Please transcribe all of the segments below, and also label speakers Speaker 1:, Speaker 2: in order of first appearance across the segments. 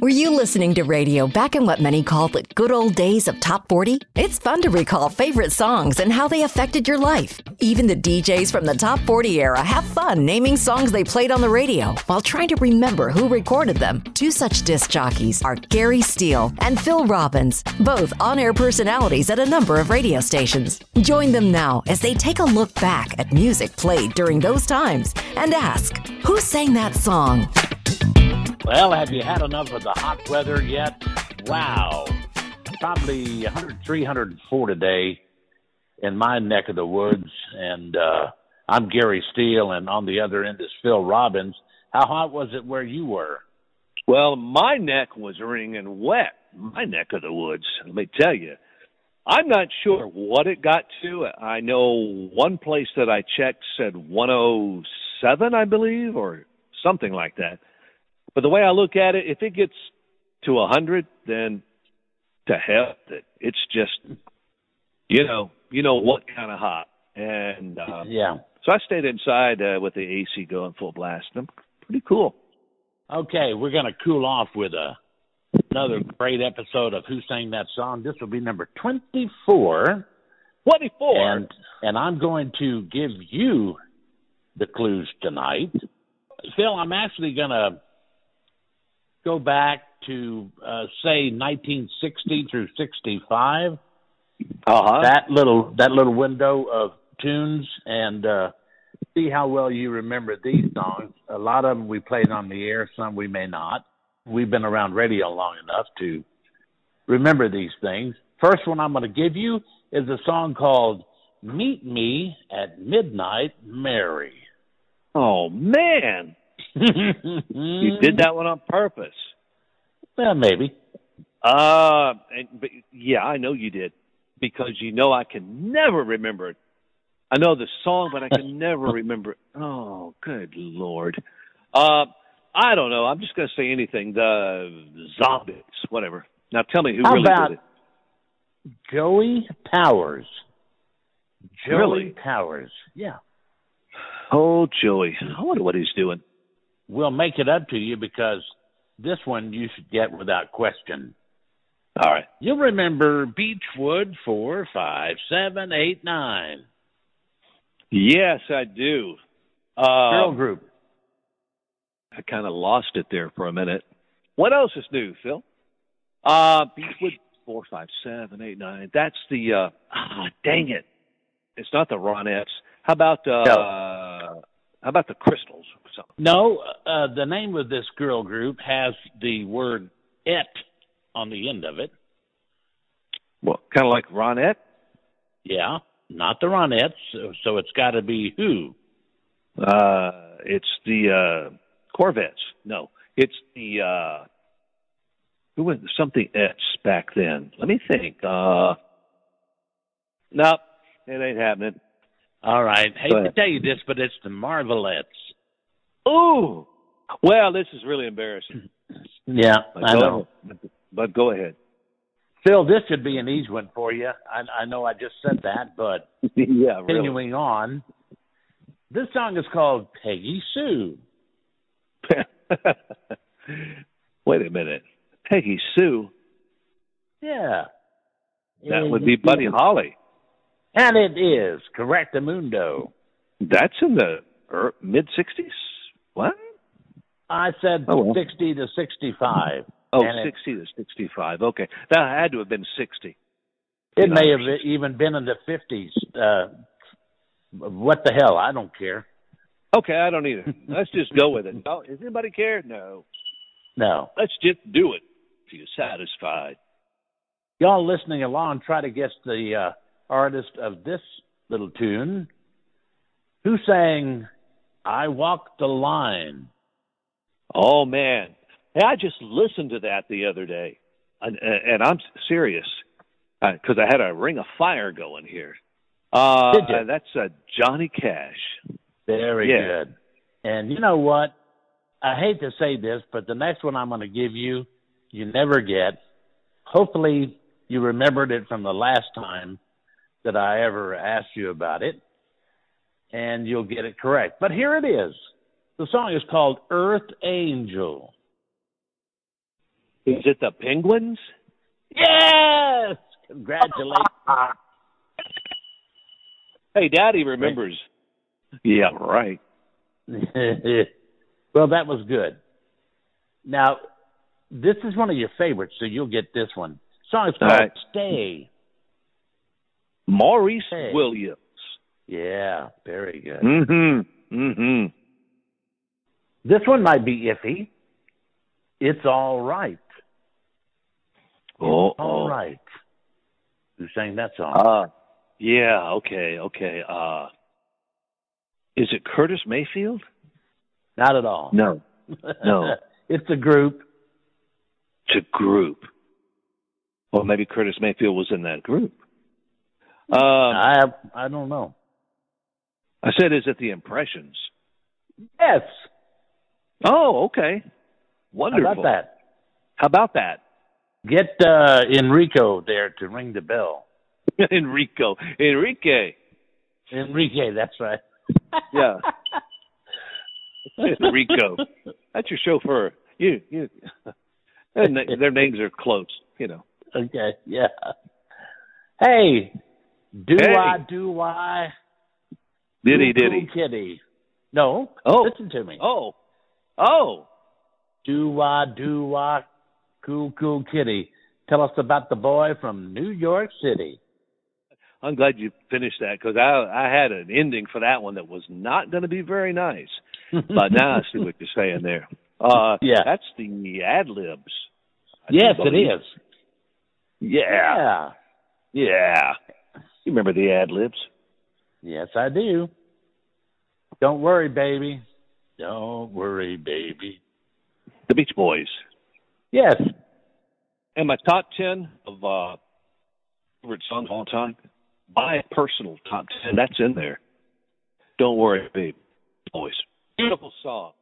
Speaker 1: Were you listening to radio back in what many call the good old days of Top 40? It's fun to recall favorite songs and how they affected your life. Even the DJs from the Top 40 era have fun naming songs they played on the radio while trying to remember who recorded them. Two such disc jockeys are Gary Steele and Phil Robbins, both on air personalities at a number of radio stations. Join them now as they take a look back at music played during those times and ask, who sang that song?
Speaker 2: Well, have you had enough of the hot weather yet? Wow. Probably 103, 104 today in my neck of the woods. And uh, I'm Gary Steele, and on the other end is Phil Robbins. How hot was it where you were?
Speaker 3: Well, my neck was wringing wet, my neck of the woods, let me tell you. I'm not sure what it got to. I know one place that I checked said 107, I believe, or something like that. But the way I look at it, if it gets to 100, then to hell with it. It's just, you know, you know what kind of hot. And uh,
Speaker 2: Yeah.
Speaker 3: so I stayed inside uh, with the AC going full blast. And I'm pretty cool.
Speaker 2: Okay, we're going to cool off with a, another great episode of Who Sang That Song. This will be number 24.
Speaker 3: 24.
Speaker 2: And, and I'm going to give you the clues tonight. Phil, I'm actually going to go back to, uh, say, 1960 through 65.
Speaker 3: uh-huh.
Speaker 2: That little that little window of tunes and uh, see how well you remember these songs. A lot of them we played on the air, some we may not. We've been around radio long enough to remember these things. First one I'm going to give you is a song called "Meet Me at Midnight, Mary."
Speaker 3: oh, man. You
Speaker 2: you
Speaker 3: did that one on purpose.
Speaker 2: Well, maybe.
Speaker 3: Uh, and, but, yeah, I know you did because you know I can never remember it. I know the song, but I can never remember it. Oh, good lord. Uh, I don't know. I'm just gonna say anything. The zombies, whatever. Now tell me who
Speaker 2: How
Speaker 3: really
Speaker 2: about-
Speaker 3: did it.
Speaker 2: Joey Powers. Joey
Speaker 3: Really?
Speaker 2: Powers. Yeah.
Speaker 3: Oh, Joey. I wonder what he's doing.
Speaker 2: We'll make it up to you because this one you should get without question.
Speaker 3: All right.
Speaker 2: You'll remember Beechwood four, five, seven, eight, nine.
Speaker 3: Yes, I do. Uh,
Speaker 2: Girl group.
Speaker 3: I kind of lost it there for a minute. What else is new, Phil? Uh, Beachwood four, five, seven, eight, nine. That's the uh, ah, dang it! It's not the Ronettes. How about uh, how about the Crystals? Or something?
Speaker 2: No, uh, the name of this girl group has the word "et" on the end of it.
Speaker 3: Well, kind of like Ronette.
Speaker 2: Yeah, not the Ronettes, so, so it's got to be who?
Speaker 3: Uh, it's the uh, Corvettes. No, it's the uh, who was something Ets back then. Let me think. Uh, nope, it ain't happening.
Speaker 2: All right, hate
Speaker 3: Go
Speaker 2: to
Speaker 3: ahead.
Speaker 2: tell you this, but it's the Marvelettes.
Speaker 3: Ooh. Well, this is really embarrassing.
Speaker 2: Yeah,
Speaker 3: But go ahead. But go ahead.
Speaker 2: Phil, this should be an easy one for you. I, I know I just said that, but
Speaker 3: yeah, really.
Speaker 2: continuing on, this song is called Peggy Sue.
Speaker 3: Wait a minute. Peggy Sue.
Speaker 2: Yeah.
Speaker 3: That would be Buddy Holly.
Speaker 2: And it is correctamundo.
Speaker 3: That's in the er, mid 60s? What?
Speaker 2: I said
Speaker 3: Oh, well.
Speaker 2: 60 to 65.
Speaker 3: Oh,
Speaker 2: And it-
Speaker 3: 60 to 65. Okay. That had to have been 60.
Speaker 2: It
Speaker 3: Yeah.
Speaker 2: may have even been in the 50s. Uh, what the hell? I don't care.
Speaker 3: Okay, I don't either. Let's just go with it. Oh, does anybody care? No.
Speaker 2: No.
Speaker 3: Let's just do it. If you're satisfied.
Speaker 2: Y'all listening along, try to guess the uh, artist of this little tune who sang I Walk the Line.
Speaker 3: Oh man, hey, I just listened to that the other day, and, and I'm serious because I had a ring of fire going here. Uh,
Speaker 2: Did ya?
Speaker 3: That's uh, Johnny Cash.
Speaker 2: Very
Speaker 3: Yeah.
Speaker 2: good. And you know what? I hate to say this, but the next one I'm going to give you, you never get. Hopefully, you remembered it from the last time that I ever asked you about it, and you'll get it correct. But here it is. The song is called Earth Angel.
Speaker 3: Is it the Penguins?
Speaker 2: Yes! Congratulations.
Speaker 3: Hey, Daddy remembers. Yeah, right.
Speaker 2: well, that was good. Now, this is one of your favorites, so you'll get this one. Song is
Speaker 3: All
Speaker 2: called
Speaker 3: right.
Speaker 2: Stay.
Speaker 3: Maurice
Speaker 2: Hey.
Speaker 3: Williams.
Speaker 2: Yeah, very good.
Speaker 3: Mm-hmm. Mm-hmm.
Speaker 2: This one might be iffy. It's all right.
Speaker 3: Oh,
Speaker 2: All right. Who sang that song?
Speaker 3: Uh, yeah, okay, okay. Uh, is it Curtis Mayfield?
Speaker 2: Not at all.
Speaker 3: No. no.
Speaker 2: it's a group.
Speaker 3: To group. Or maybe Curtis Mayfield was in that group. Um,
Speaker 2: I have, I don't know.
Speaker 3: I said, is it the Impressions?
Speaker 2: Yes.
Speaker 3: Oh, okay.
Speaker 2: How
Speaker 3: Wonderful.
Speaker 2: about that?
Speaker 3: How about that?
Speaker 2: Get uh, Enrico there to ring the bell.
Speaker 3: Enrico. Enrique.
Speaker 2: Enrique, that's right.
Speaker 3: Yeah. Enrico. That's your chauffeur. You, you. And th- their names are close, you know.
Speaker 2: Okay, yeah. Hey, do
Speaker 3: Hey.
Speaker 2: I do I?
Speaker 3: Diddy
Speaker 2: Cool
Speaker 3: Diddy.
Speaker 2: Kitty. No.
Speaker 3: Oh.
Speaker 2: listen to me.
Speaker 3: Oh. Oh.
Speaker 2: Do I do I? Cool cool kitty. Tell us about the boy from New York City.
Speaker 3: I'm glad you finished that because I I had an ending for that one that was not going to be very nice. But now I see what you're saying there. Uh,
Speaker 2: Yeah.
Speaker 3: that's the ad libs.
Speaker 2: yes, it is.
Speaker 3: Yeah,
Speaker 2: yeah.
Speaker 3: yeah. You remember the ad libs?
Speaker 2: Yes, I do. Don't worry, baby. Don't worry, baby.
Speaker 3: The Beach Boys.
Speaker 2: Yes.
Speaker 3: And my top ten of uh, favorite songs of all time. My personal top ten. That's in there. Don't worry, babe. Boys. Beautiful song.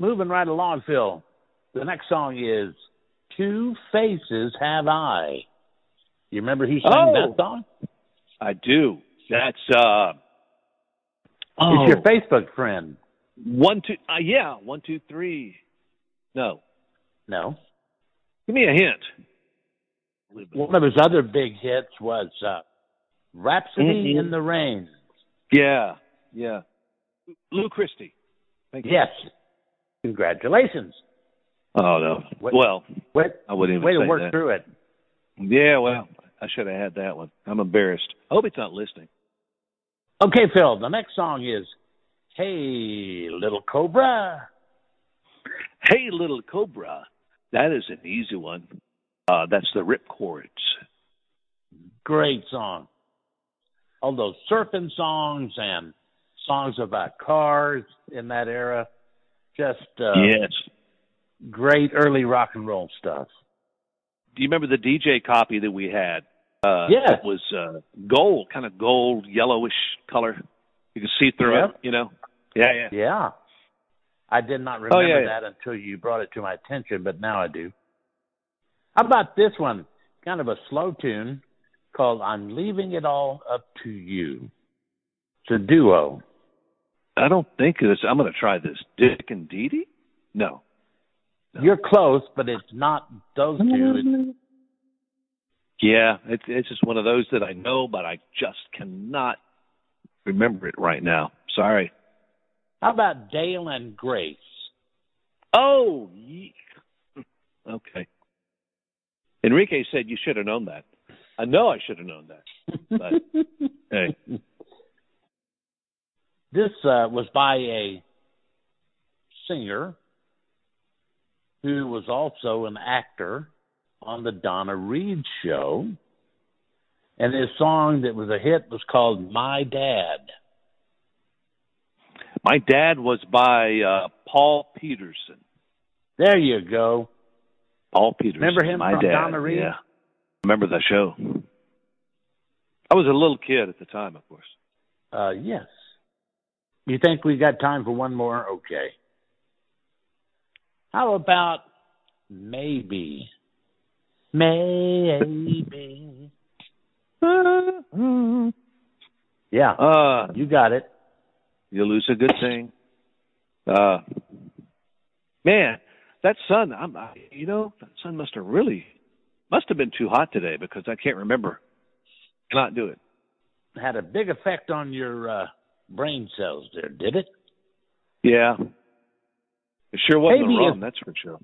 Speaker 2: Moving right along, Phil. The next song is Two Faces Have I. You remember who sang
Speaker 3: Oh.
Speaker 2: that song?
Speaker 3: I do. That's uh. oh.
Speaker 2: It's your Facebook friend.
Speaker 3: One two uh, yeah, one two three. No,
Speaker 2: No.
Speaker 3: give me a hint.
Speaker 2: One of his other big hits was uh, Rhapsody
Speaker 3: Mhm.
Speaker 2: in the Rain.
Speaker 3: Yeah, yeah. Lou Christie. Thank you.
Speaker 2: Yes. Congratulations.
Speaker 3: Oh no.
Speaker 2: What-
Speaker 3: Well,
Speaker 2: Wait,
Speaker 3: I wouldn't even
Speaker 2: way to
Speaker 3: say
Speaker 2: work
Speaker 3: that.
Speaker 2: through it.
Speaker 3: Yeah, well, I should have had that one. I'm embarrassed. I hope it's not listening.
Speaker 2: Okay, Phil, the next song is Hey, Little Cobra.
Speaker 3: Hey, little cobra. That is an easy one. Uh, that's the rip chords.
Speaker 2: Great song. All those surfing songs and songs about cars in that era. Just uh,
Speaker 3: yes.
Speaker 2: great early rock and roll stuff.
Speaker 3: Do you remember the DJ copy that we had? Uh,
Speaker 2: Yeah.
Speaker 3: It was uh, gold, kind of gold, yellowish color. You could see through
Speaker 2: Yeah.
Speaker 3: it, you know? Yeah, yeah.
Speaker 2: Yeah. I did not remember
Speaker 3: yeah, yeah.
Speaker 2: that until you brought it to my attention, but now I do. How about this one? Kind of a slow tune called I'm Leaving It All Up to You. It's a duo.
Speaker 3: I don't think this. I'm going to try this. Dick and Dee Dee? No.
Speaker 2: You're close, but it's not those two. It's
Speaker 3: Yeah, it's it's just one of those that I know, but I just cannot remember it right now. Sorry.
Speaker 2: How about Dale and Grace?
Speaker 3: Oh, ye- okay. Enrique said you should have known that. I know I should have known that. But hey,
Speaker 2: This uh, was by a singer who was also an actor on the Donna Reed show. And his song that was a hit was called My Dad.
Speaker 3: my dad was by uh, Paul Peterson.
Speaker 2: There you go.
Speaker 3: Paul Peterson.
Speaker 2: Remember him
Speaker 3: my
Speaker 2: from
Speaker 3: dad.
Speaker 2: Donna Reed?
Speaker 3: Yeah. Remember that show? I was a little kid at the time, of course.
Speaker 2: Uh, yes. You think we got time for one more? Okay. How about maybe? Maybe. Yeah,
Speaker 3: Uh,
Speaker 2: you got it.
Speaker 3: you lose a good thing. Uh, man, that sun, I'm, I, you know, that sun must have really, must have been too hot today because I can't remember. Cannot do it.
Speaker 2: Had a big effect on your uh, brain cells there, did it?
Speaker 3: Yeah. It sure wasn't
Speaker 2: Maybe
Speaker 3: the
Speaker 2: if-
Speaker 3: rum, that's for sure.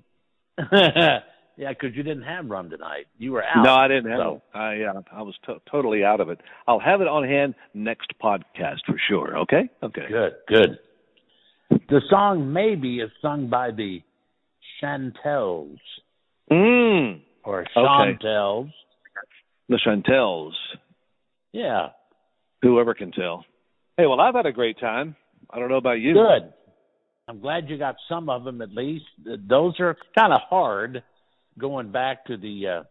Speaker 2: yeah, because you didn't have rum tonight. You were out.
Speaker 3: No, I didn't have
Speaker 2: so-
Speaker 3: it. I, yeah, I was to- totally out of it. I'll have it on hand next podcast for sure. Okay? Okay.
Speaker 2: Good, good. The song Maybe is sung by the Chantels
Speaker 3: Mm.
Speaker 2: or
Speaker 3: Okay.
Speaker 2: Chantels.
Speaker 3: The Chantels.
Speaker 2: Yeah,
Speaker 3: Whoever can tell. Hey, well, I've had a great time. I don't know about you.
Speaker 2: good. I'm glad you got some of them at least. Th- Those are kind of hard going back to the uh,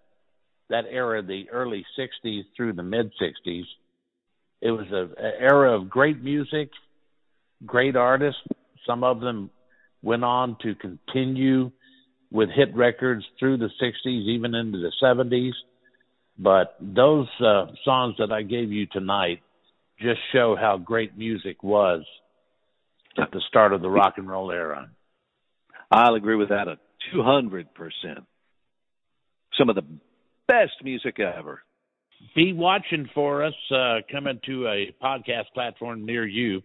Speaker 2: that era, the early '60s through the mid '60s. It was a, a era of great music, great artists. Some of them went on to continue with hit records through the '60s, even into the '70s. But those uh, songs that I gave you tonight just show how great music was at the start of the rock and roll era.
Speaker 3: I'll agree with that a 200%. Some of the best music ever.
Speaker 2: Be watching for us uh, coming to a podcast platform near you.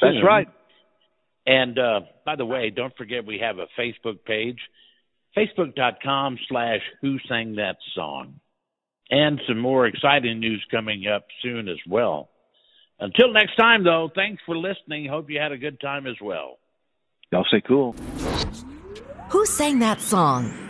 Speaker 2: soon.
Speaker 3: That's right.
Speaker 2: And uh, by the way, don't forget we have a Facebook page, facebook.com slash who sang that song. And some more exciting news coming up soon as well. Until next time, though, thanks for listening. Hope you had a good time as well.
Speaker 3: Y'all say cool.
Speaker 1: Who sang that song?